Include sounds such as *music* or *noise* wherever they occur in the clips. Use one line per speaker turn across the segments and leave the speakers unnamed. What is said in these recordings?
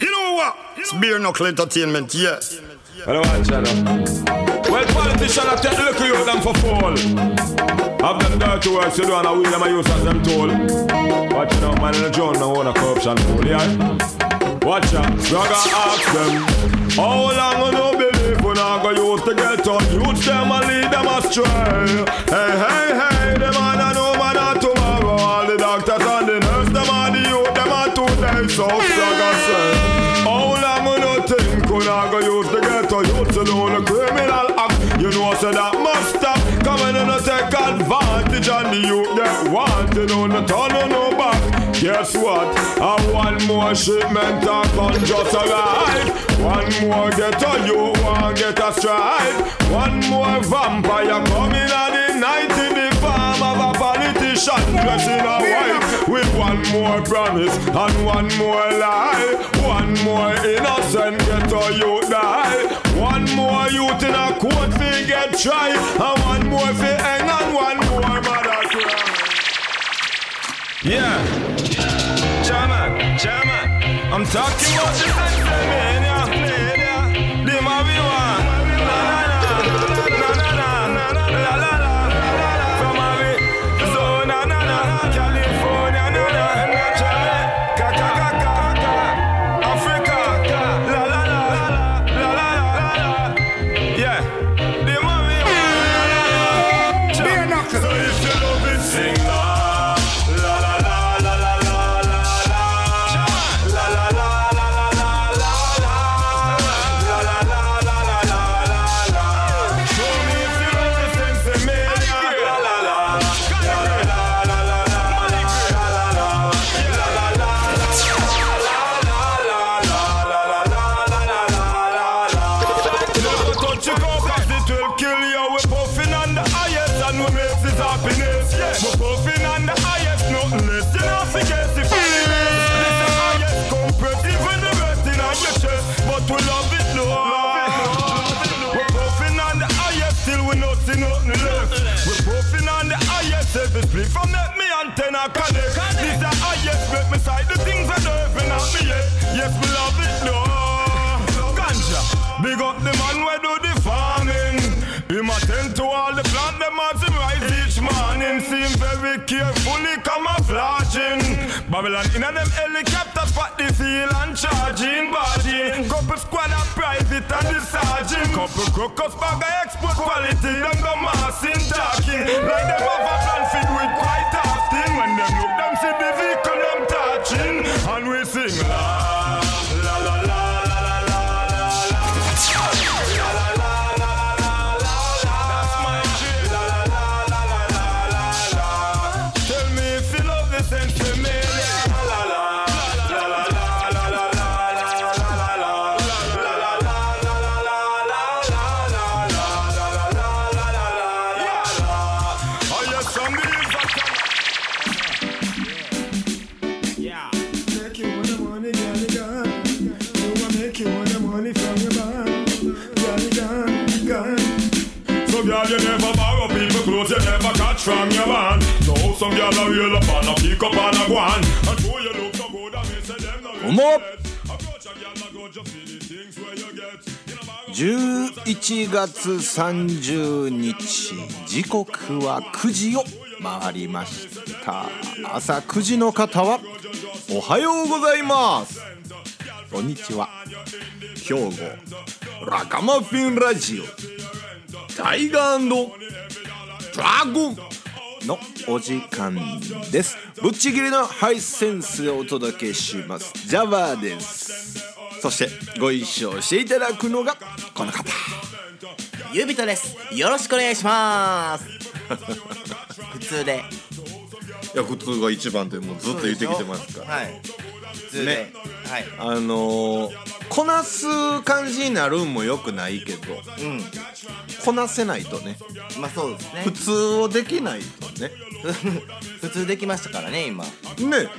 know what? It's bare knuckle entertainment, yeah.
I don't want China. Well, politicians are taking look you them for fall. Have them dirty works you do and I will them a use as them tool. Watch out, man, in the John, no one a corruption fool, yeah? Watch out, brother, ask them. How long you no believe when I go use to get on? Youth them and lead them astray. Hey, hey, hey, them man and no man are tomorrow. All the doctors and the nurse, them and the youth, them are today. So, brother, say. How long you no think when I go use the ghetto youth to know the criminal act? You know say that must stop. Come in and no take advantage on the youth that want you know no turn on no back. Guess what? I want more shipment of gun just arrive. One more ghetto you want get a stripe. One more vampire coming at the night in the farm of a politician dressed in a white with one more promise and one more lie. One more innocent ghetto you die. One more youth in a court fi get tried, and one more fi hang and one more mother cry. Yeah. Chairman, chairman, I'm talking about the Pennsylvania, Pennsylvania, the marijuana. Na, na, na, na, na, na, na, la, la, la, la. From Arizona, na, na, California, na, na, na, Jamaica, ka, ka, ka, ka. Africa, ka, la, la, la, la, la, la, la, la. Yeah, the marijuana.
Bare knuckle.
So if you love it, sing la la la la la la la la la la la la la la la la la la la la la la la la. Show me if you love it, sing to me la la la la la la la la la la la la la la la. Never touch your cup as it will kill you. We're puffing on the highest and we make this happiness. Yeah. We're puffing on the highest, nothing less. You know, forget the feelings. This the highest compress, even the resting on your chest. But we love it, no. We're puffing on the highest till we not see nothing left. We're puffing on the highest, every split from that me antenna connect. This the highest, make me sight the things that are even at me yet. Yes, we love it, no. Ganja. Big up the man where do the farming. Him attend to all the plant them as him rise each morning. Seem very carefully camouflaging. Babylon in them helicopter spot the seal and charging body. Couple squad of private and the sergeant. Couple crocus bag of export quality. Them go massing talking. Like them have a plan fit with quite often. When them look them see the vehicle them touching. And we sing la la la la la la la la la. Tell me if you love the sentimental. La la la la la la la la la la la la. Oh yes, some believe I can.
Make you want the money, girl, you gone. You want make you want the money from your bank, girl, you gone, gone.
Some girl you never borrow people clothes you never catch from your man. So some girl a reel up and a pick up and a go on. And who you look so good I miss them no
Come up.
Approach a girl and go just see the things where you get. In a bag of-
11月30日時刻は9時を回りました朝9時の方はおはようございますこんにちは兵庫ラカマフィンラジオタイガードラゴンのお時間ですぶっちぎりのハイセンスでお届けしますジャバーですそしてご一緒していただくのがこの方
ゆびとですよろしくお願いします普通で
いや普通が一番ってもうずっと言ってきてますから、
はい普通で、
ね
はい
あのー、こなす感じになるんもよくないけど
うん
こなせないとね
まあそうですね
普通をできないとね
*laughs*
普通できましたからね今
ね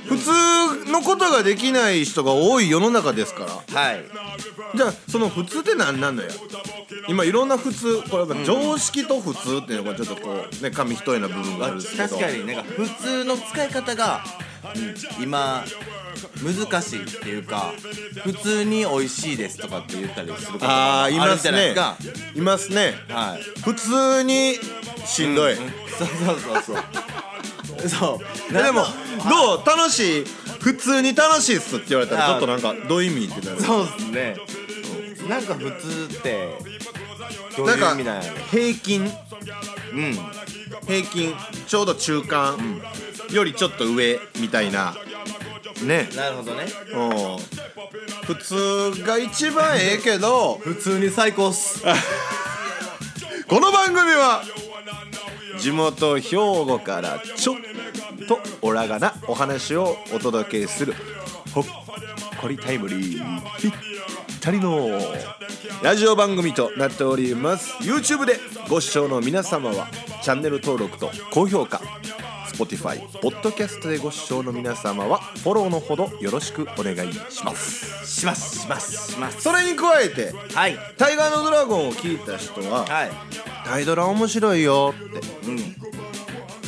普通のことができない人が多い世の中ですから
はい
じゃあその普通って何なのや今いろんな普通これは常識と普通っていうのがちょっとこうね紙一重な部分があるんですけど
確かになんか普通の使い方が、うん今
難しいっていうか普通に美味しいですとかって言ったりすることが
あ
あ
ーい
る
ま
じ
す
ゃないです
ね
か
いますね
はい *laughs*
普通にしんどい、
そうそうそうそうそう
えで
な
も
んか
どう楽しい普通に楽しいっすって言われたら
あ
ちょ
ー
っとなんかどういう意味ってなる
そうっすねなんか普通ってどう
ないん
う意
か
味なんやろ
平均
うん
平均ちょうど中間、よりちょっと上みたいなね
なるほどね
うん普通が一番ええけど
普通に最高っす
*laughs* この番組は地元兵庫からちょっとオラがなお話をお届けするほっこりタイムリーぴったりのラジオ番組となっております YouTube でご視聴の皆様はチャンネル登録と高評価 Spotify、Podcast でご視聴の皆様はフォローのほどよろしくお願いします
しますしますします
それに加えて
はい
「タイガーのドラゴン」を聞いた人は
はい
タイドラ面白いよって、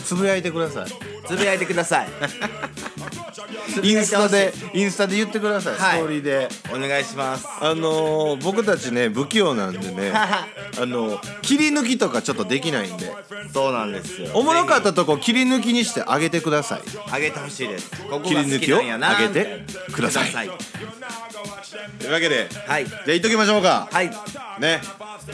つぶやいてください
つぶやいてくださいつぶ
イ
や
ン
い
ス
てほ
タ
しい
でインスタで言ってください、
はい
ストーリーで
お願いします
あのー僕たちね不器用なんでねあの切り抜きとかちょっとできないんで
*laughs* そうなんですよ
おもろかったとこ切り抜きにしてあげてください
あげてほしいですここが
切り抜
好き
きを
なんやな
あげてくださいというわけでじゃ
はい
あ言っときましょうか
はい
ね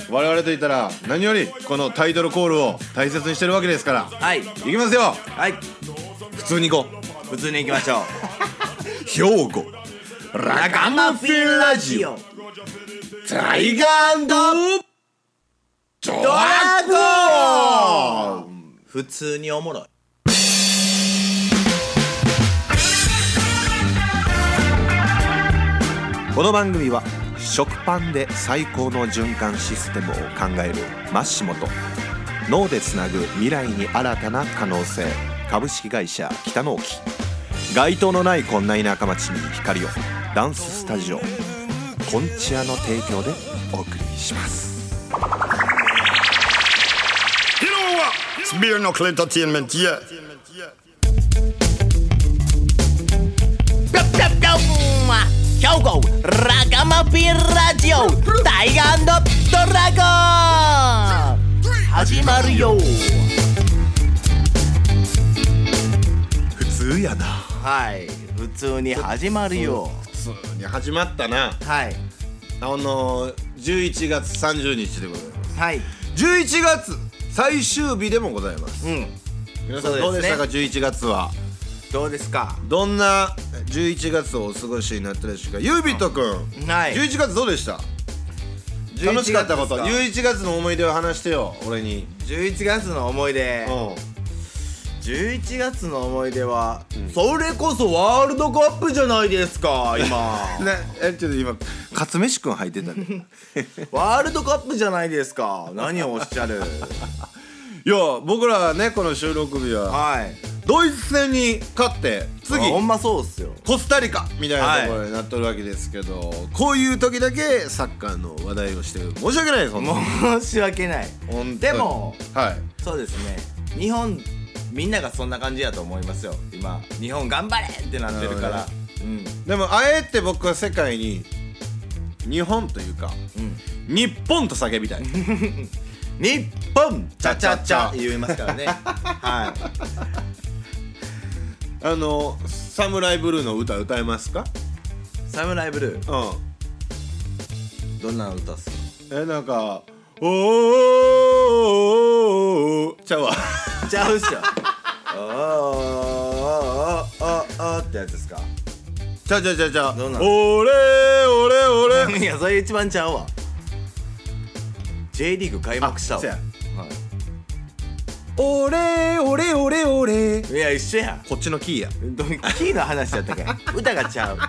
我々といったら何よりこのタイトルコールを大切にしてるわけですから
はい
いきますよ
はい
普通に行こう
普通に行きましょう
兵庫ラガマフィンラジオタイガードラゴン
普通におもろい
この番組は食パンで最高の循環システムを考えるマッシモと脳でつなぐ未来に新たな可能性株式会社北の沖街灯のないこんな田舎町に光をダンススタジオコンチアの提供でお送りします。
You know what? It's Beer Knuckle Entertainment, yeah.
ぴょんぴょんぴょん兵庫ラガマピンラジオタイガードラゴン始まるよ
普通やな
はい普通に始まるよ
普通に始まったな
はい
あのー、11月30日でございます
はい
11月最終日でもございます
うん
皆さんど
そうう
で
ですね
したか、11月は
どうですか
どんな11月をお過ごしになったでしょうかゆうびとくん、
はい
11月どうでした
11
楽しかったこと
月ですか
11月の思い出を話してよ俺に
11月の思い出
う
11月の思い出は、それこそワールドカップじゃないですか今
*laughs* んねえちょっと今かつめしくん入ってたね
ワールドカップじゃないですか何をおっしゃる
いや僕らはねこの収録日は
はい
ドイツ戦に勝って次
あほんまそうっすよ
コスタリカみたいなところになっとるわけですけど、こういう時だけサッカーの話題をして申し訳ないですほんと
申し訳ない
ほんとに
でも
はい
そうですね日本みんながそんな感じやと思いますよ今日本頑張れってなってるか
なる
ら
ほ
うん
でもあえて僕は世界に日本というか、日本と叫びたい
日本チャチャチャ言いますからねはい
あの「サムライブルー」の歌歌えますか
サムライブルー
うん
どんなの歌っすか
えなんか「おーおーおーおーちゃうわ
ちゃうっしょあーあーあーあーあーってやつですか
ちゃうちゃうちゃうちゃう
どんな
おれおれおれ
いやそれ一番ちゃうわ J リーグ開幕したわ
あせや
は
おれおれおれおれ
い、いや一緒やん
こっちのキーや
どキーの話やったっけ歌がちゃうもう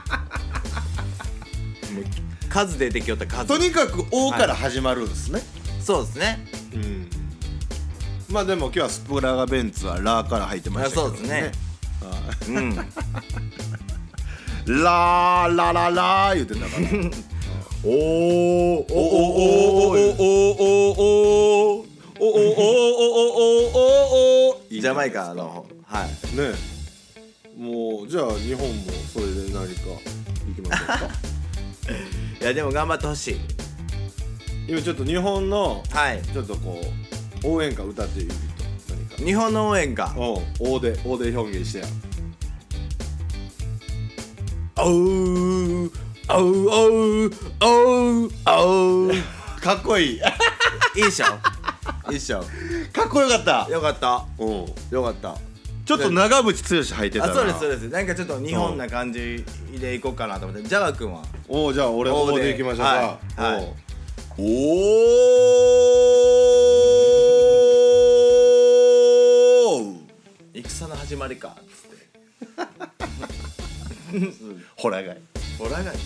数出てきよった数
とにかく「お」から始まるんですね、
そうですね
うんまあでも今日はスプラガベンツは「ラ」から入ってま
あ
した
そうで
けど
すねうん
ラーラララー言ってた
*laughs*
からおーおおおおおおおおおおおおおおおおおおおおお
ジャマイカのはい
ねもうじゃあ日本もそれで何か行きましょうか
いやでも頑張ってほしい
今ちょっと日本の
はい
ちょっとこう応援歌歌っていると何か
日本の応援歌
うん大で大で表現してや
おうおうおうおうおう
かっこいいか
いいでしょいいでしょ
っこよかった
よかった
うん
よかった
ちょっと長渕剛入ってた
あ
な
そうですそうですなんかちょっと日本な感じでいこうかなと思ってジャガー君は
おうじゃあ俺
おうで
おうで行きましょうか
はいはい
おうおー
戦の始まりかつって
ほらがい
ホラーがい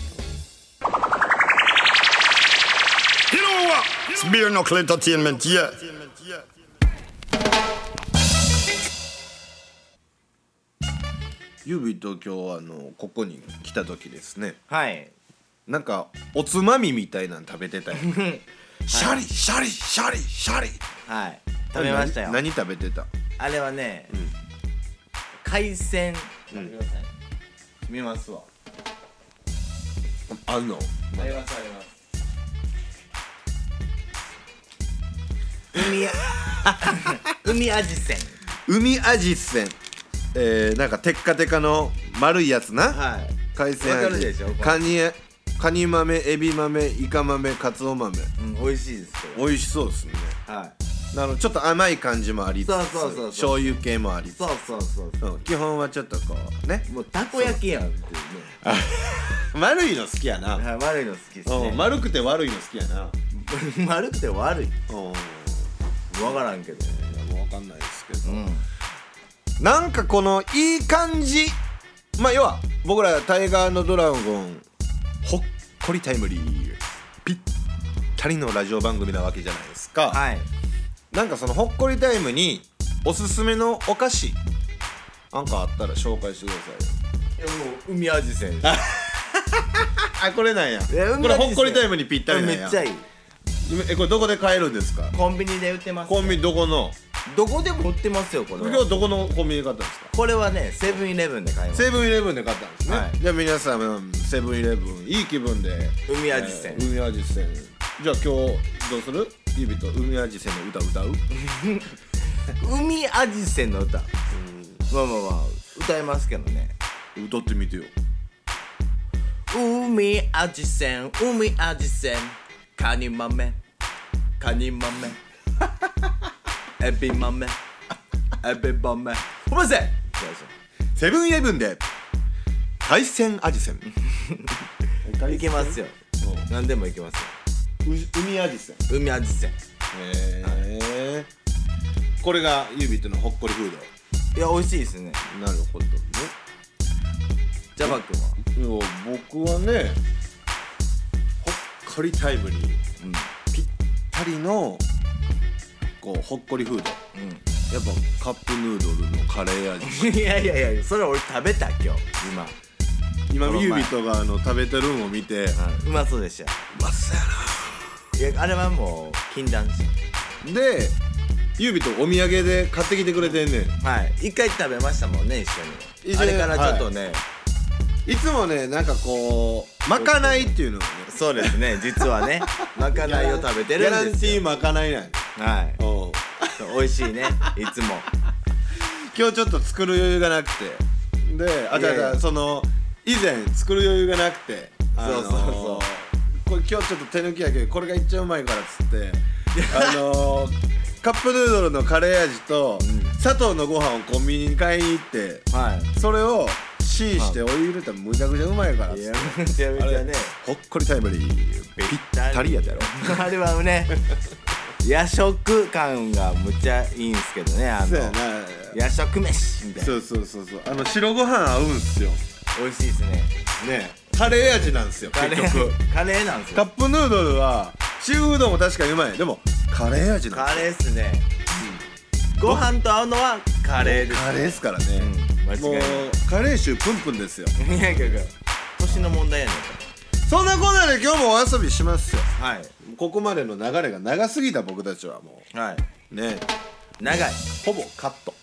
You know what? Spear knuckle entertainment, yeah.
ゆうびと今日あのここに来た時ですね
はい
なんかおつまみみたいなの食べてたよ
*laughs*
シャリシャリシャリシャリ
はい食べましたよ
何何食べてた
あれはね、海鮮、見てください見ますわ
あんの
ありますあります海 *laughs* や海アジセン
海アジセンえー、なんかテッカテカの丸いやつな、
はい
海鮮
わかる
味
でしょこれ
カニカニ豆エビ豆イカ豆カツオ豆
うん、美味しいですけ
美味しそうですね
どはい
あのちょっと甘い感じもありつつ
そうそうそうそう
醤油系もありつつ
そうそうそうそう
うん基本はちょっとこうね
もうたこ焼きやんっていうね
丸いの好きやな、
はい悪いの好きです
うん
ね
丸くて悪いの好きやな
*laughs* 丸くて悪い
うんい
分からんけど
やもう分かんないですけど
うん
なんかこのいい感じまあ要は僕らタイガーのドラゴンほっこりタイムリーぴったりのラジオ番組なわけじゃないですか、
はい
なんかそのほっこりタイムにおすすめのお菓子なんかあったら紹介してくださいよ
いやもう海アジセン
あこれなんや
や
これほっこりタイムにぴったりなん
め
や
っちゃいい
えこれどこで買えるんですか
コンビニで売ってます
コンビニどこの
どこでも売ってますよこれ
今
は
日どこのコンビニで買ったんですか
これはねセブンイレブンで買います
セブンイレブンで買ったんですね、
はい
じゃあ皆さんセブンイレブンいい気分で
海味線
えー海味線じゃあ今日どうする指と海味線の歌歌う
海アジセンの歌まあまあまあ歌いますけどね
歌ってみてよ
海アジセン海アジセンカニ豆カニ *laughs* 豆エビ豆エビ豆おません
セブンイレブンで海鮮味線
いけますよ何でもいけます
海味線
よ海アジセン
へえこれが指とのほっこりフー
いや美味しいですね
ドなるほどね
ジャバ君はい
や僕はねほっこりタイムに、ぴったりのこうほっこりフード、やっぱカップヌードルのカレー味
いやいやいやそれ俺食べた今日今、はい、
今
この前
ユービとがあの食べてるんを見て
うまそうでした
うまそう
いやあれはもう禁断でし
やなでユービとお土産で買ってきてくれてんねん
たはい一回食べましたもんね一緒に
一緒に
あれからちょっとね、
いつもねなんかこうまかないっていうのをね
そうですね
*laughs*
実はねまかないを食べてる
ギャラ
ん
ン
で
テ
す
ィー
よ
まかないなんよ
はい
おう
そう美味しいねいつも
今日ちょっと作る余裕がなくてであ
い
じゃ
やいや
あじゃあその以前作る余裕がなくてあのー
そうそうそう
これ今日ちょっと手抜きやけどこれがいっちゃうまいからっつってあのー、カップヌードルのカレー味と、砂糖のご飯をコンビニに買いに行って
はい
それをシーしてお湯入れたらむちゃくちゃうまいからっ
い
つ
や
っ
めちゃめ
てあ
ち
れ
ゃね
ほっこりタイムリーぴったりやったやろ
あれはね
*laughs*
夜食感がむっちゃいいんすけどねあ
そ
の
うやな
夜食飯みたい
そ
な
うそうそうそうあの白ご飯合うんすよ
美味しいですね
ねカレー味なんですよ
カ
結
レ
局
ーカレーなんです
カ
よ
ップヌードルはシーフードも確かにうまいでもカレー味なん
カ
です
レーっすね、ご飯と合うのはカレーです
カレーですからね、
間違い
も
な
う
い
カレー臭プンプンですよ
いやいやいや年の問題やねんか
そんなこんなで今日もお遊びしますよ
らはい
ここまでの流れが長すぎた僕たちはも
はいう
ね
長い
ほぼカット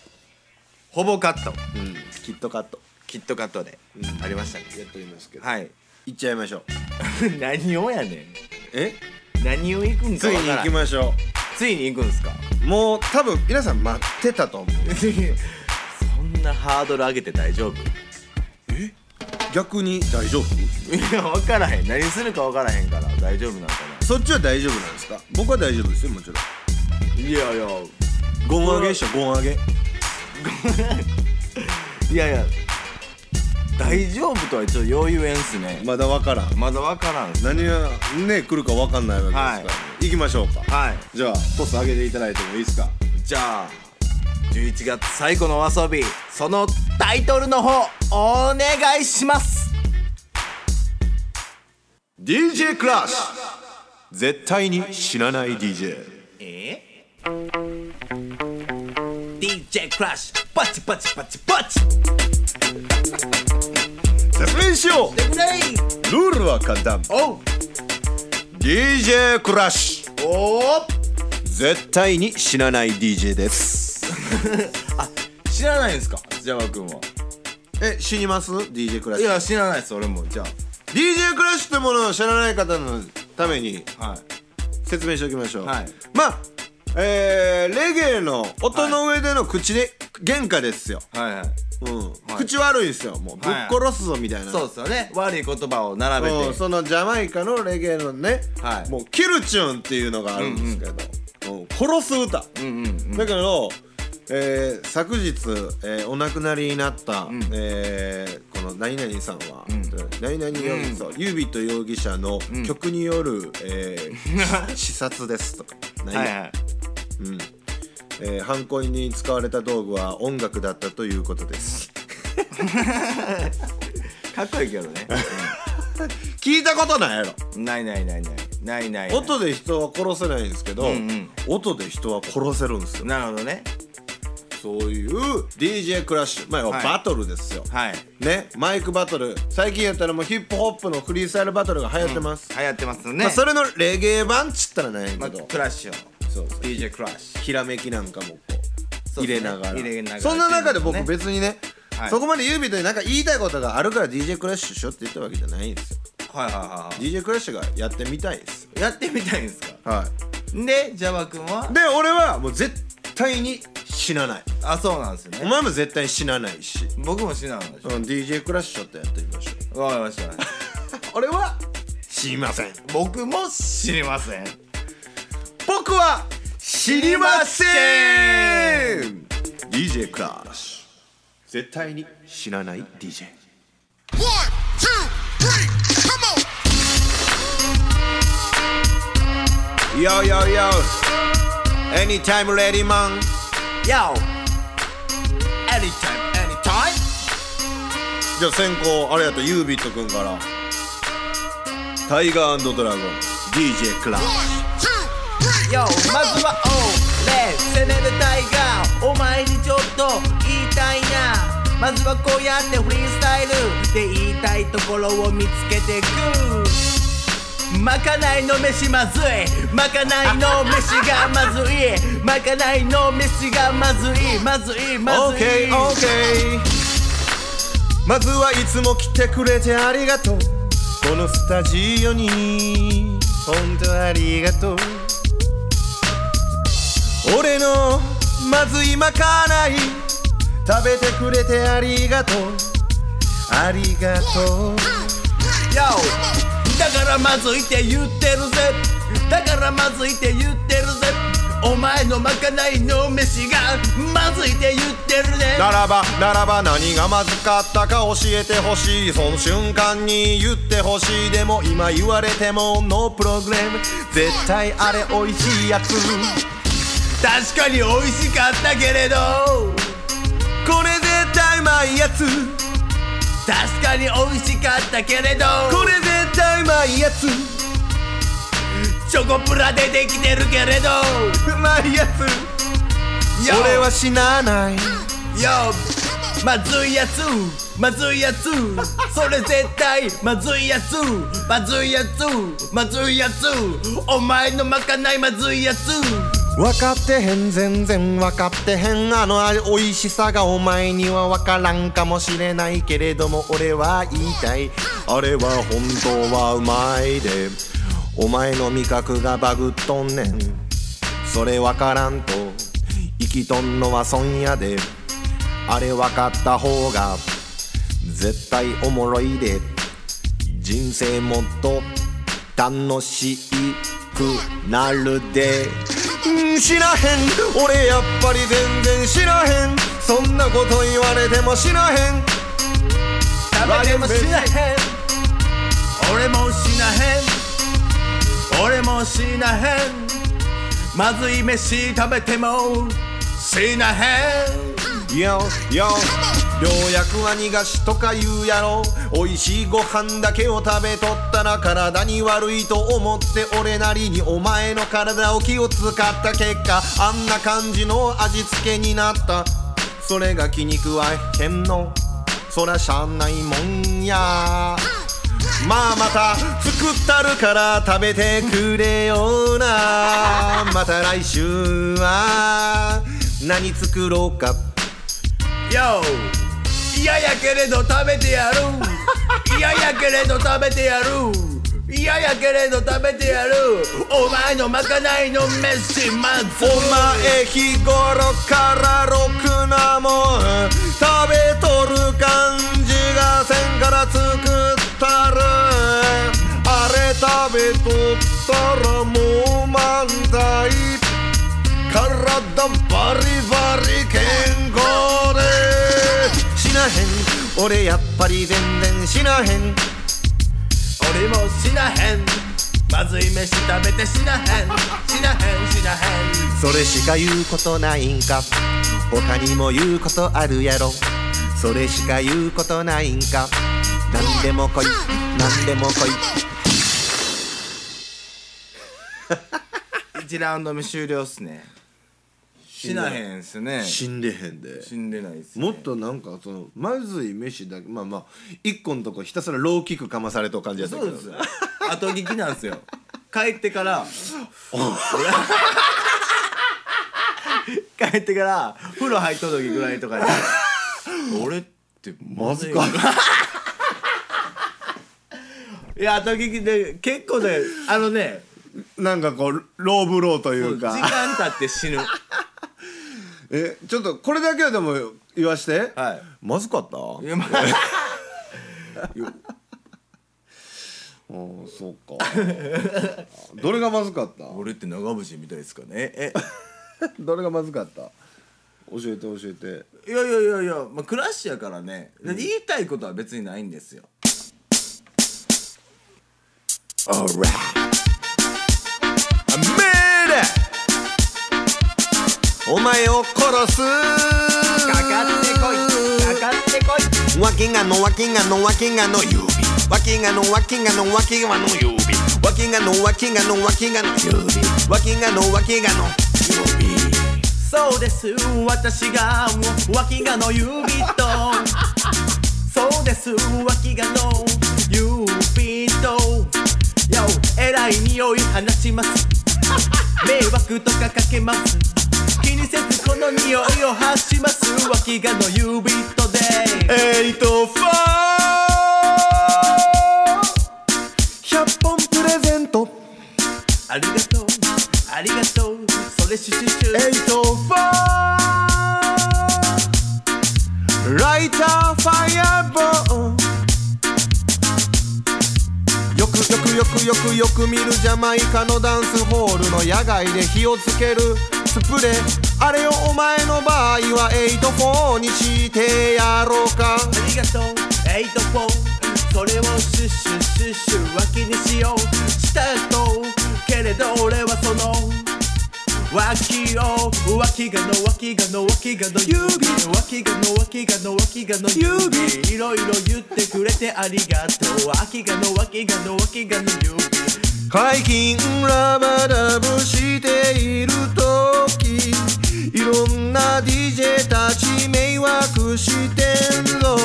ほぼカット
うんキットカット
キットカットでありましたね、
やっておりますけど
はい
行っちゃいましょう
*laughs* 何をやねん
え
何を行くんか
つい
わ
に
から
行
ん
きましょ
ついに行くんすか
うもう多分皆さん待ってたと思
*laughs*
う
そんなハードル上げて大丈夫
逆に大丈夫
いや分からへん何するか分からへんから大丈夫なんか
そっちは大丈夫なんですか僕は大丈夫ですよもちろん
ないやいや
ゴン上げでしょゴン上げ
いやいや大丈夫とはちょっとよう言えんすね
まだわからん
まだ分からんっす
何がね来るかわかんないわけですから、
はい
行きましょうか
はい
じゃあトス上げていただいてもいいですか
じゃあ11月最後のお遊びそのタイトルの方お願いします
DJ クラッシュ絶対に死なない DJ
え DJ クラッシュパチパチパチパチ
説明しよ
プレイ
うルールは簡単
おう
DJ クラッシュ
おー
絶対に死なない DJ です
知らないんすかジャワ君は
え死にます DJ クラッ
い
シュ
や知らないです俺もじゃ
DJ クラッシュってものを知らない方のために
あはい
説明しておきましょう、
はい
まあえー、レゲエの音の上での口で、喧嘩ですよ、
はいはい
うん
い
口悪いんですよもうぶっ
はい
殺すぞみたいな、
そうっすよね悪い言葉を並べて
うんそのジャマイカのレゲエのね、
はい
もうキルチュンっていうのがあるんですけど、うん殺す歌、
うんうんうん
だけど、えー昨日、えーお亡くなりになった、えーこの何々さんは、何々容疑者、ユービット容疑者の曲による、え
*laughs*
ー視察ですとか、何々
はいはい
えー犯行に使われた道具は音楽だったということです
かっこいいけどね
聞いたことないやろ
ないないないないないないない
音で人は殺せないんですけ
ん
ど、
うん
音で人は殺せるんですよ
なるほどね
そういう DJ クラッシュまあ要は
はい
バトルですよ、
はい
ねマイクバトル最近やったらもうヒップホップのフリースタイルバトルが流行ってます、
流行ってますよね
まあ、それのレゲエ版っちったらなんやけ
まあ
ど、
クラッシュを
そうそう
DJ クラッシュ
ひらめきなんかもこう
そう
入
ですね
れながら,、
入れながら
そんな中で
ね
僕別にね、
はい
そこまで優美とになんか言いたいことがあるから DJ クラッシュしようって言ったわけじゃないんですよ
はいはいはいは
DJ クラッシュがやってみたいですよ
いやってみたいんですか
はい
でジャバ君は
で俺はもう絶対に死なない
あそうなんですよ
お
ね
前も絶対死なないし、
僕も知らないでし
うん、DJ クラッシュちょっとやってみましょ
ょわかりました
う俺は死にません
僕も知りません
僕は知りません DJ クラッシュ絶対に死なない DJ
One, two, three, come on!
よよよ Anytime ready man
Yo Anytime anytime
じゃあ先行あれやったユービットくんからタイガードラゴン DJ クラッシ
One, two, three,
Yo ま
come
ずは OLE セネルタイガーお前にちょっと言いたいなまずはこうやってフリースタイルで言いたいところを見つけてくまかないの飯まずいまかないの飯がまずいまかないの飯がまずいまずい
ュ
まずい
OKOK まずはいつも来てくれてありがとうこのスタジオに本当ありがとう俺のまずいまかない食べてくれてありがとうありがとう
Yo だからまずいって言ってるぜだからまずいって言ってるぜお前のまかないの飯がまずいって言ってるね
ならばならば何がまずかったか教えてほしいその瞬間に言ってほしいでも今言われてもノープログラム絶対あれ美味しいやつ
確かに美味しかったけれど
これ絶対うまいやつ
確かに美味しかったけれど
これ絶対うまいやつう
チョコプラでできてるけれど
まいやつ
Yo
俺は死なない
Yo まずいやつまずいやつそれ絶対まずいやつまずいやつまずいやつお前のまかないまずいやつ
分かってへん全然分かってへんあのあ美味しさがお前には分からんかもしれないけれども俺は言いたいあれは本当はうまいでお前の味覚がバグっとんねんそれ分からんと生きとんのは損やであれ分かった方が絶対おもろいで人生もっと楽しくなるでうん知らへん俺やっぱり全然知らへんそんなこと言われても知らへん
食べてもしなへん俺もしなへん俺もしなへんまずい飯食べてもしなへん
よよ良薬は逃がしとか言うやろ美味しいご飯だけを食べとったら体に悪いと思って俺なりにお前の体を気を使った結果あんな感じの味付けになったそれが気に食わへんのそらしゃあないもんやまあまた作ったるから食べてくれよなまた来週は何作ろうか
YO 嫌やけれど食べて
*laughs*
やる嫌やけれど食べてやる嫌やけれど食べてやるお前のまかないの飯まず
お前日頃からろくなもん食べとる感じがせんから作ったるあれ食べとったらもう満載体バリバリ健康でしなへん俺やっぱり全然しなへん
俺もしなへんまずい飯食べてしなへんしなへんしなへん
それしか言うことないんか他にも言うことあるやろそれしか言うことないんか何でも来い何でも来い
1ラウンド目終了っすねしなへんっすね
死んでへんで
死んでないっすね
もっとなんかそのまずい飯だけまあまあ一個のとこひたすらローキックかまされとう感じやった
そ
けど
うです *laughs* 後聞きなんですよ帰ってから *laughs* 帰ってから風呂入った時ぐらいとかに俺って
まずか
いや後聞きで結構ねあのね
なんかこうローブローとい
時
うか
間経って
*laughs*
死ぬ
えちょっとこれだけはでも言わして、
はい
まずかったあ
いやま
ーそうか *laughs* どれがまずかった
俺って長渕みたいですかねえ
どれがまずかった教えて教えて
いやいやいやいや、まあ、クラッシュやからね、で言いたいことは別にないんですよ Alright I made it!
お前を殺す
かかってこいかかってこい
わけがのわけがのわけがの指わけがのわけがのわけがの指わけがのわけがのわけがの指わけがのわけがの
そうです私が脇がの指とそうです脇がの指と Yo えらい匂い放ちます迷惑とかかけます気にせずこの匂いを発します脇がの指とで
エイトファー100本プレゼント
ありがとうありがとうそれシュシュシュ
エイトファーライターファイアボールよくよくよくよくよく見るジャマイカのダンスホールの野外で火をつけるスプレーあれをお前の場合はエイトフォーにしてやろうか
ありがとう8-4それをシュッシュッシュッシュ脇にしようしたとけれど俺はその脇を脇がの脇がの脇がの指脇がの脇がの脇がの指いろいろ言ってくれてありがとう脇がの脇がの脇がの指
最近ラバラブしている時いろんな DJ たち迷惑してんぞ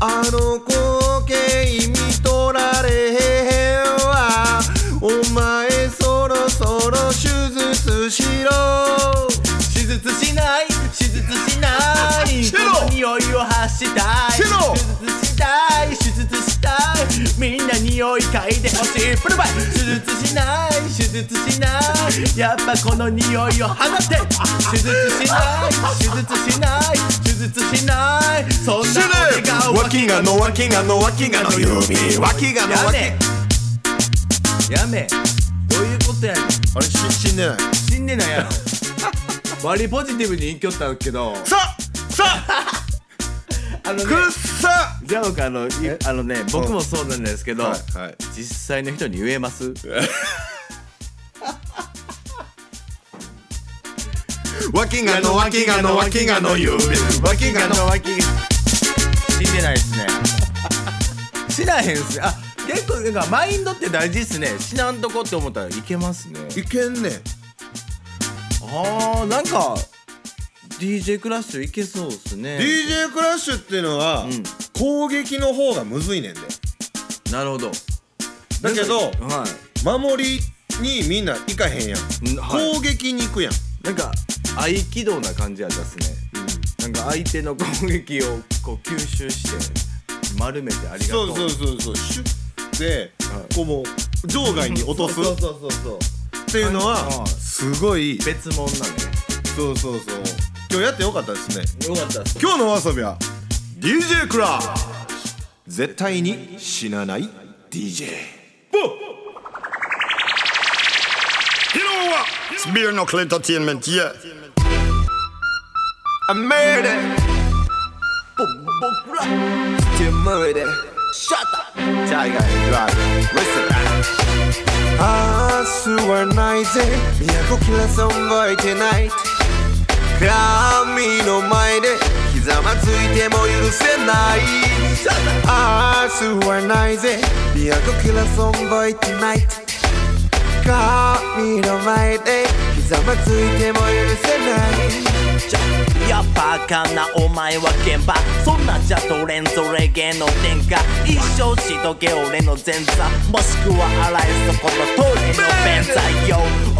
あの光景見とられへんわお前そろそろ手術しろ
嗅いでほしいプルバイ手術しない手術しないやっぱこの匂いを放って手術しない手術しない手術しないそんな俺が
わきがのわきがのわきがの指わきがの
や
わき
めやめどういうことやねん
あれし死んでない
死んでないや
*laughs*
ろ割りポジティブに言いきょったけど
ささ
あのね
くっさ
じゃあ僕あのいあのね僕もそうなんですけど、
はいはい
実際の人に言えます
わきがのわきがのわきがの指わきがのわきが
死んでないです
*laughs*
ね死なへんっすねあ結構なんかマインドって大事っすね死なんとこって思ったらいけますね
いけんね
あーなんか DJ クラッシュいけそうっすね
DJ クラッシュっていうのは、
ん
攻撃の方がむずいねんで
なるほど
だけど
は
守りにみんな行かへんやん、
い、んはい
攻撃に行くやん
なんか合気道な感じやったっすね、なんか相手の攻撃をこう吸収して丸めてありがと
そううそうそうそうシュッで、こうもう場外に落とす
そう
っ
そうそうそう
ていうの
は
はいすごい
別物なんで
そうそうそう今日やってよかったですね
よかったっす
今日のお遊びは DJ クラー絶対に死なない DJ
You know what? It's Beer Knuckle Entertainment, yeah.
I made it
僕ら To move it Shut up
ジャイガイドライブ Listen up 明日はないぜ都キラさん覚えてない神の前でひざまずいても許せない明日はないぜ都キラさん覚えてない神の前でひざまずいても許せない
いやバカなお前は現場そんなんじゃとれんぞレゲエの殿下一生しとけ俺の前座もしくは洗いそこのトイレの弁財よ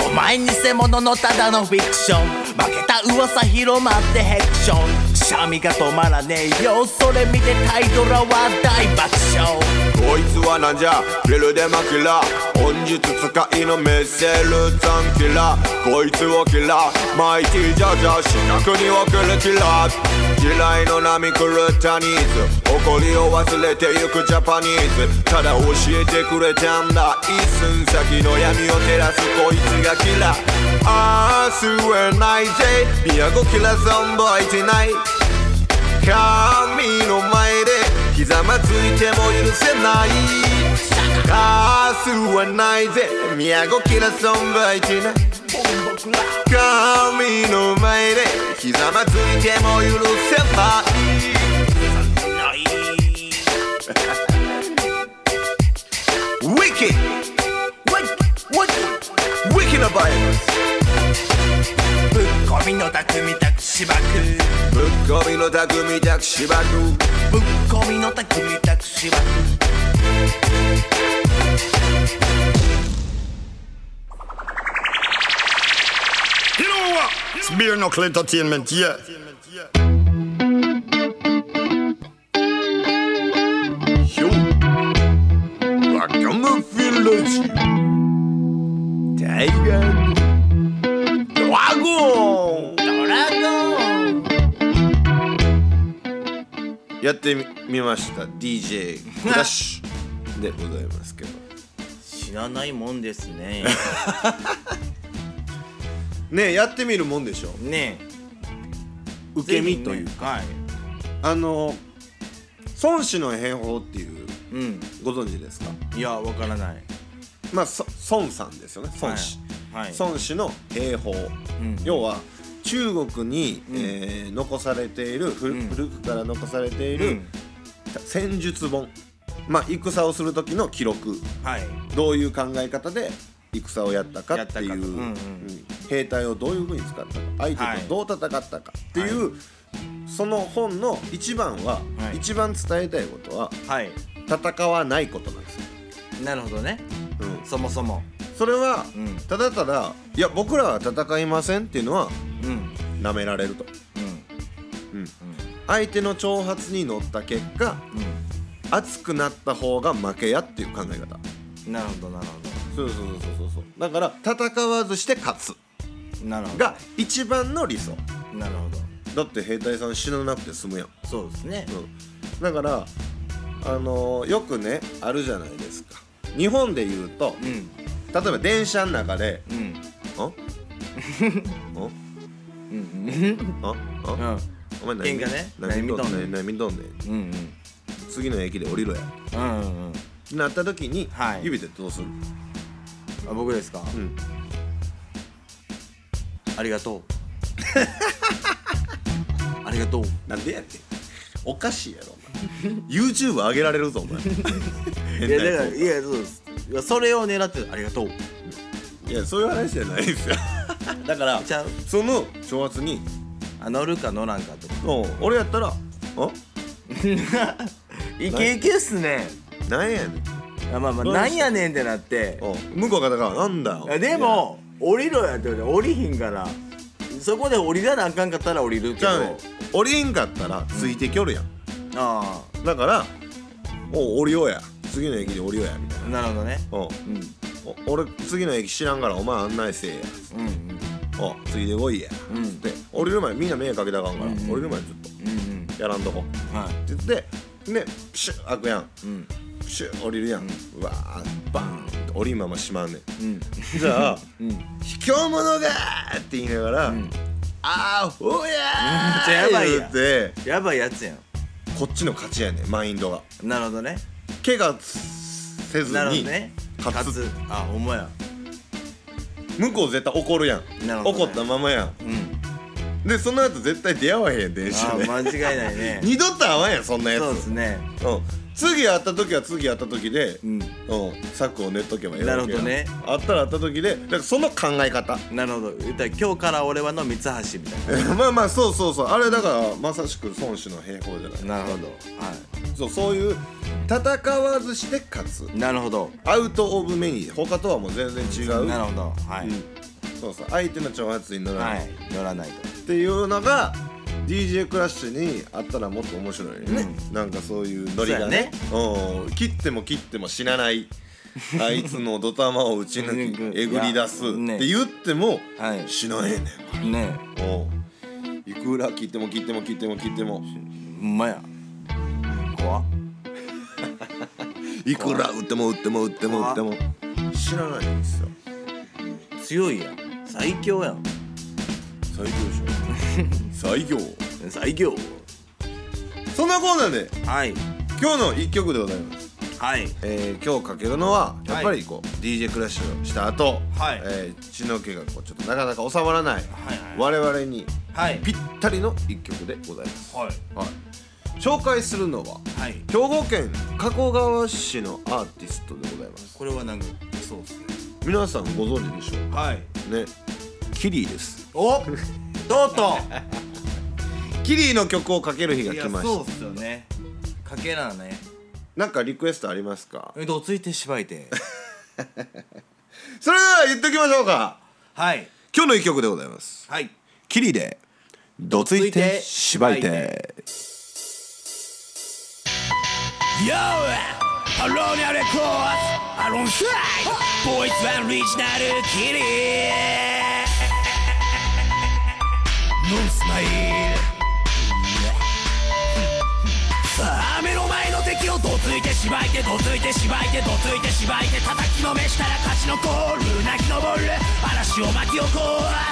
お前偽物のただのフィクション負けた噂広まってヘクションくしゃみが止まらねえよそれ見てタイドラは大爆笑
こいつはなんじゃフリルでマキラ本日使いのメッセルザンキラこいつをキラマイティジャジャ主役に送るキラ地雷の波狂ったニーズ誇りを忘れてゆくジャパニーズただ教えてくれたんだ一寸先の闇を照らすこいつがキラ明日はないぜ都キラさん覚えてない神の前でひざまずいても許せない明日はないぜ都キラソンバイティナ神の前でひざまずいても許せない *laughs* ウィキウィキのバイ
ぶっこみの匠たくしばく
ブぶっこみの匠たくしばく
ぶっこみの匠たくしばく
You know what? It's Beer Knuckle Entertainment, yeah.
Yo, Ragamuffin Lodge. Tiger. Dragon.
やってみみました DJ クラッシュでございますけど
知らないもんですね
ねえやってみるもんでしょ
ね
受け身という、
か、はい
あの孫子の変法っていう
うん
ご存知ですか
いやわからない
まあそ孫さんですよね孫子、
はいはい
孫子の兵法、
ん
要は中国に、えー残されている古,、
ん
くから残されていうる
ん
戦術本、まあ戦をする時の記録
はい
どういう考え方で戦をやったかっていう、
やったかとうんうん
うん兵隊をどういうふうに使ったか相手とどう戦ったかっていう、その本の一番は、
はい
一番伝えたいことは
はい
戦わないことなんですよ。
なるほどね
うん
そもそも
それは、
うん
ただただいや僕らは戦いませんっていうのは
うん
なめられると
うん
相手の挑発に乗った結果、熱くなった方が負けやっていう考え方なるほどなるほどそうそうそうそうそうだから戦わずして勝つ
なるほど
が一番の理想
なるほど
だって兵隊さん死ななくて済むやん、
そうですね
うん、だからあのーよくねあるじゃないですか日本で言うと、
う
例
ん
えば電車の中で
うんうん
「んん
*laughs*
ん
うん
んんお前何
喧嘩ね
何見とんねん何見とんねん
うん
次の駅で降りろや」
うんうん
なった時に、
はい
指でどうする
あ僕ですか
ん
ありが
*laughs*
とうありがとう
なんでやっておかしいやろお前 YouTube 上げられるぞお前
い
変
や
な
だから
や
いやそうですいやそれを狙ってありがとう
ついやそういう話じゃな
*laughs*
いですよだから
ちゃう
その挑発に
あ乗るか乗らんか
*laughs*
と
おう俺やったら「お
いけいけっすね
なんやねん
あまあまあなんやねんってなって
おう」向こう方が「なんだよ
いや」でも降りろやって言われて降りひんからそこで降りらなあかんかったら降りる
いや
け
じ
ど
ゃあね降りんかったらついてきょるやん、
あ
だから「おう降りようや次の駅で降りようや」みたいな
あなるほどね
「おう
うん
お俺次の駅知らんからお前案内せえや」
うんうん
おついでこいや、
うん
つって降りる前みんな迷惑かけたらあかんから、
うん
降りる前ず
うんうん
っとやらんとこ
はい
って言ってねプシュッ開くやん
うん
プシュッ降りるやん、うわーバーンって降りんまましまうねん
うん
じゃあ
*laughs* うん
「卑怯者が!」って言いながら「あーほや
うんや
ー!」
ばいやん
って
やばいやつやん
こっちの勝ちやねんマインドが
なるほどね
怪我せず
なるほど
に、
ね
勝つ
あほんまや
向こう絶対怒るやん
なるほどね
怒ったままや
うん
んでその後絶対出会わへんやん電
あ
*laughs* 車で、
間違いないね
二度と会わんやんそんなやつ
そうですね
うん、次会った時は次会った時で、う
うんん
策を練っとけばいい
なるほどね
会ったら会った時でだからその考え方 *laughs*
なるほど言ったら今日から俺はの三橋みたい
まあまあそうそうそうあれだからまさしく孫子の兵法じゃない
ななるほどは
そうそういう戦わずして勝つ
いなるほど
アウト・オブ・メニュー他とはもう全然違う、
なるほどは
うん
い
そうそう相手の挑発に乗らな、
はいい乗らないと
っていうのが DJ クラッシュにあったらもっと面白いよね、なんかそういうノリがねうん切っても切っても死なない *laughs* あいつのドタマを打ち抜
うん
きえぐり出すっ
ね
て言っても、
はい
死なへんね
ね
んうんいくら切っても切っても切っても切っても
えほんまや怖っ
いくら打っても打っても打っても打っても死なないんですよ
強いやん最強やん
最強で *laughs* しょ最強
最強
そんなコーナーで
はい
今日の一曲でございます
はい
えー、今日かけるのはやっぱりこう、DJ クラッシュをした後、
はい
えー血の気がこうちょっとなかなか収まらない、
は
我々に
はい
ぴったりの一曲でございます、
はい
はい紹介するのは
はい
兵庫県加古川市のアーティストでございます
これはなんかそうですね
皆さんご存知でしょう
はい
かねキリーです
おとうとう
*laughs* キリーの曲をかける日が
い
来
や
ま
そう
し
っすよねかけらね
たなんかリクエストありますか
どついてしばいて
それでは言っておきましょうか
はい
今日の一曲でございます
はい
キリーでどついてしばい
どつい
て
Yo, Alonia Records, alongside Boys Van Regional Kitty. Nun Smile. さあ目の前の敵をどついてしばいてどついてしばいてどついてしばいて叩きのめしたら勝ちのコール泣きのぼる嵐を巻き起こ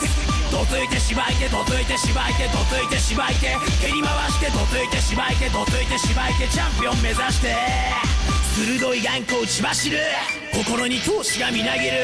すどついてしばいてどついてしばいてどついてしばいて蹴り回してどついてしばいてどついてしばいてチャンピオン目指して鋭い眼光打ち走る心に闘志がみなぎる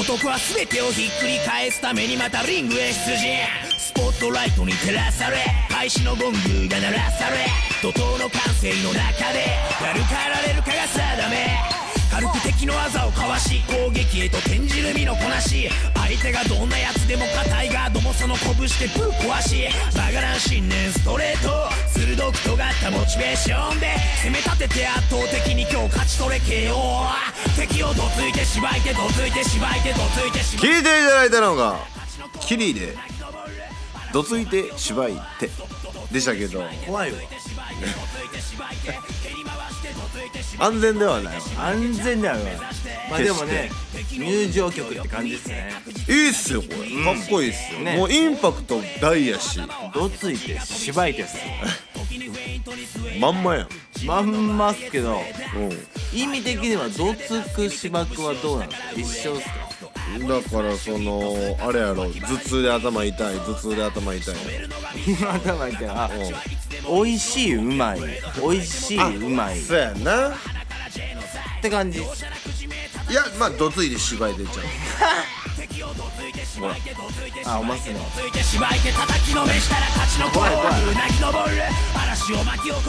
男は全てをひっくり返すためにまたリングへ出陣スポットライトに照らされ開始のゴングが鳴らされ怒涛の歓声の中でやるかやられるかが定め軽く敵の技をかわし攻撃へと転じる身のこなし相手がどんなやつでも硬いガードもその拳でぶっ壊しバカな信念ストレート鋭く尖ったモチベーションで攻め立てて圧倒的に今日勝ち取れ KO 敵をどついてしばいてどついてしばいてどついてしばいて
聞いていただいたのがキリでどついてしばいてでしたけど
怖いわ
安全ではないわ
安全だよまあでもね入場曲って感じですね
いいっすよこれ、かっこいいっすよ、
ね
もうインパクト大やし
どついて芝居です
まんまやん
まんますけど
うん
意味的にはどつく芝生はどうなんですか一緒っすか
だからそのあれやろ頭痛で頭痛い頭痛で頭痛い
今頭痛いあ美味しいうまい美味しいうまいっ
そうやな
て感じ
いやまあどついで芝居出ちゃう
あおますの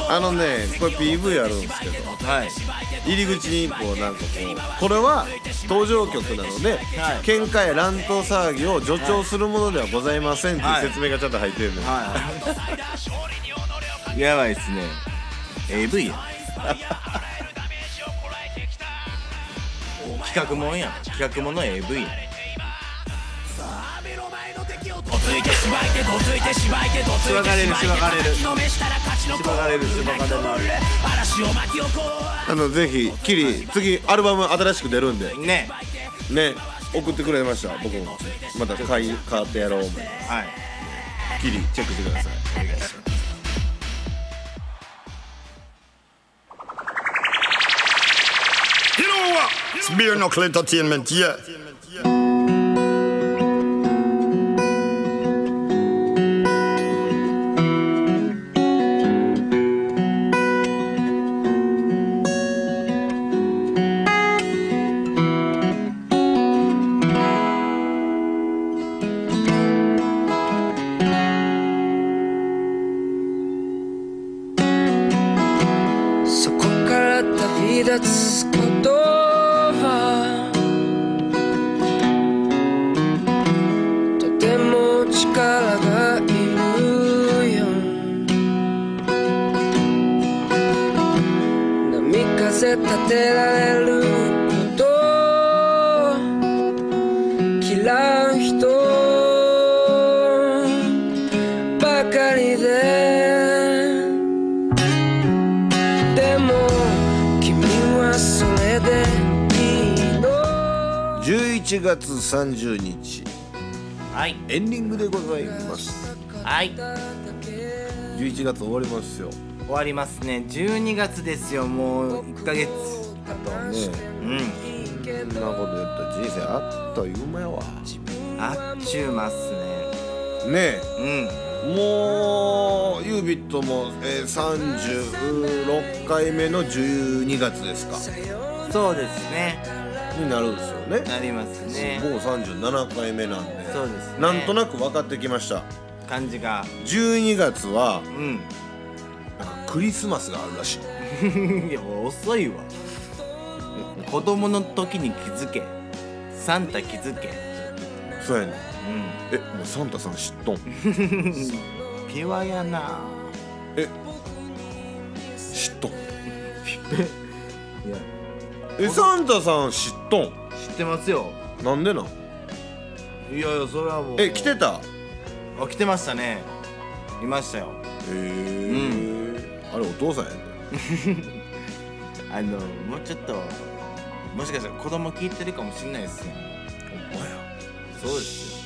あのねこれ PV やるんですけど
はい
入り口にこうなんかこうこれは登場曲なので、
はい
喧嘩や乱闘騒ぎを助長するものではございませんって
はい
いう説明がちゃんと入ってるのよ、
はい。やばいっすね。AV や。企画もんや。企画もの AV や。しばかれるしばかれるしばかれるしばかれ
あのぜひキリ次アルバム新しく出るんで
るね
ね送ってくれました僕もまた買い買ってやろう思います
はい
キリチェックしてください
You know what? It's Beer Knuckle Entertainment, yeah.
11月30日
はい
エンディングでございます
はい
11月終わりますよね
終わりますね12月ですよもう1ヶ月あとうん
そんなこと言ったら人生あっという間やわ
あっちゅうます
ね
ねうん
えもうユービットも、えー、36回目の12月ですか
そうですね
になるんですよね
なりますね
もう37回目なんで
そうですね
なんとなく分かってきました
感じが
12月は
うん
なんかクリスマスがあるらしい
*laughs* いやもう遅いわ子供の時に気づけサンタ気づけ
そうやね
う
えもうサンタさん知っとん
んピュアやな
知っとん
いや
えサンタさん知っと
知
ん
ってますよ
なんでなん
いやいやそれはもう
え来てた
あ来てましたねいましたよ
へえ、あれお父さんやね
あのもうちょっともしかしたら子供聞いてるかもしんないですね
ほんまや
そうですよ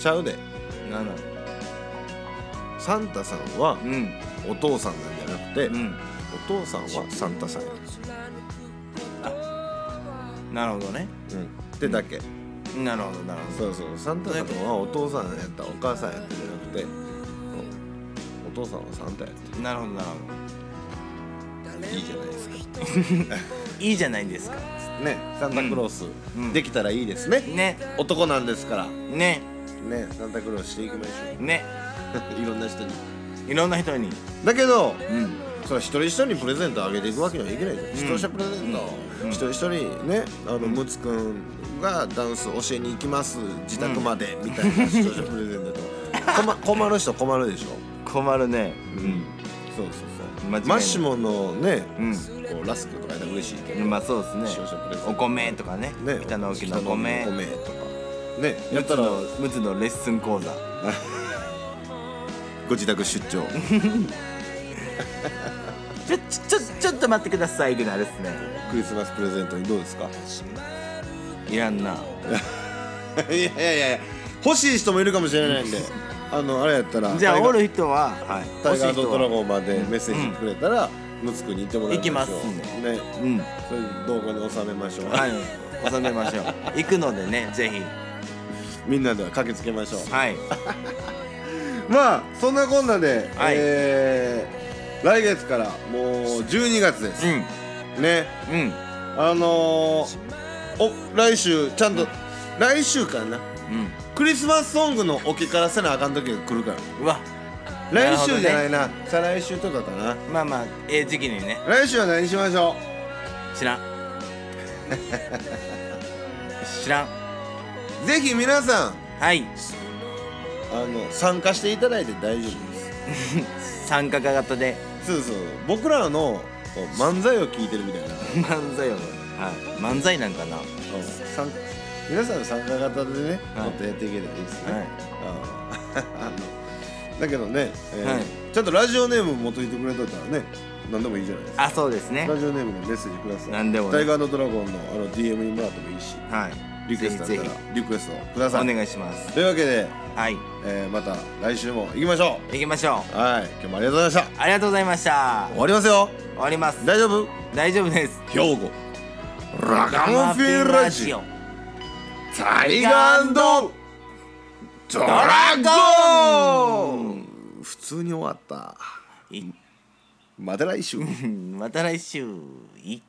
ちゃうで
なの
サンタさんは
うん
お父さんなんじゃなくて、
うん
お父さんはサンタさんや
なるほどね
うんってだけ、
なるほどなるほ
そうそうサンタさんはお父さんやったお母さんやったじゃなくて、うんお父さんはサンタやっ
どなるほどなるほ
たいいじゃないですか
どいいじゃないですか
ねサンタクロース、
うん
できたらいいですね、
ね
男なんですから
ね
ねサンタクロースしていきまし
ね
ょう *laughs* いろんな人に
いろんな人に
だけど
うん
それは一人一人にプレゼントをあげていくわけにはいけないじゃん、視聴者プレゼント、一人一人にねあの、ムツくんがダンス教えに行きます自宅まで、みたいな視聴者プレゼントと
*laughs*
困困る人困るでしょ
困るね
そうそうそう
間違いない
マシモのね、
うん
こうラスクとかやったら嬉しいけど、
まあそうです
視聴
ね
者プレゼント
お米とかね
ね
北の沖のお米
北の沖のお米とかね
ム
やった
ツ
ら
のムツのレッスン講座
ご自宅出張
ちょちょちょちょっと待ってくださいぐらいですね
クリスマスプレゼントにどうですか *laughs*
いらんな
いやいやいや欲しい人もいるかもしれないんであのあれやったら
じゃあ
タイガー
おる人は、はい、
タ
欲
イ
しい
ガード
人
ドラ
は
ゴンまでメッセージくれたら、ムツクに行ってもらいましょう
行きます
ね
うん
そういう動画に収めましょう、
はい収めましょう
*laughs* 行くのでねぜひ
*laughs* みんなでは駆けつけましょう
はい
まあそんなこんなで、
はい
えー来月からもう12月です、ね
うんうん
あのー、お来週ちゃんと来週かなクリスマスソングのオケからせなあかん時が来るから
うわ
来週じゃないな再来週とかかな
まあまあええ時期にね
来週は何しましょ
知
*laughs*
らん知らん
うぜひ皆さん
はい
あの参加していただいて大丈夫です
参加型で
そうそう僕らのこう漫才を聞いてるみたいな
漫才をねはい漫才なんかな
参皆さんの参加型でね、
はい
もっとやっていければいいですね、
はい
あのあのだけどね、えー
はい
ちゃんとラジオネーム持っといてくれとったらね何でもいいじゃないですか
あそうですね
ラジオネームのメッセージください
何でもね
タイガードラゴンのあの DM にもらってもいいし
はい
リクエストあった
ぜ
ら
ひぜ
リクエストくだ
ひお
さい
願いします
というわけで、
はい
えーまた来週も行きましょ
行きましょ
うはい今日もありがとうございまし
うありがとうございました
た終わりますよ
終わります
大丈夫
大丈夫です
兵庫ラガンフィーラジオタイガードドラゴン普通に終わった
い
また来週
また来週いっ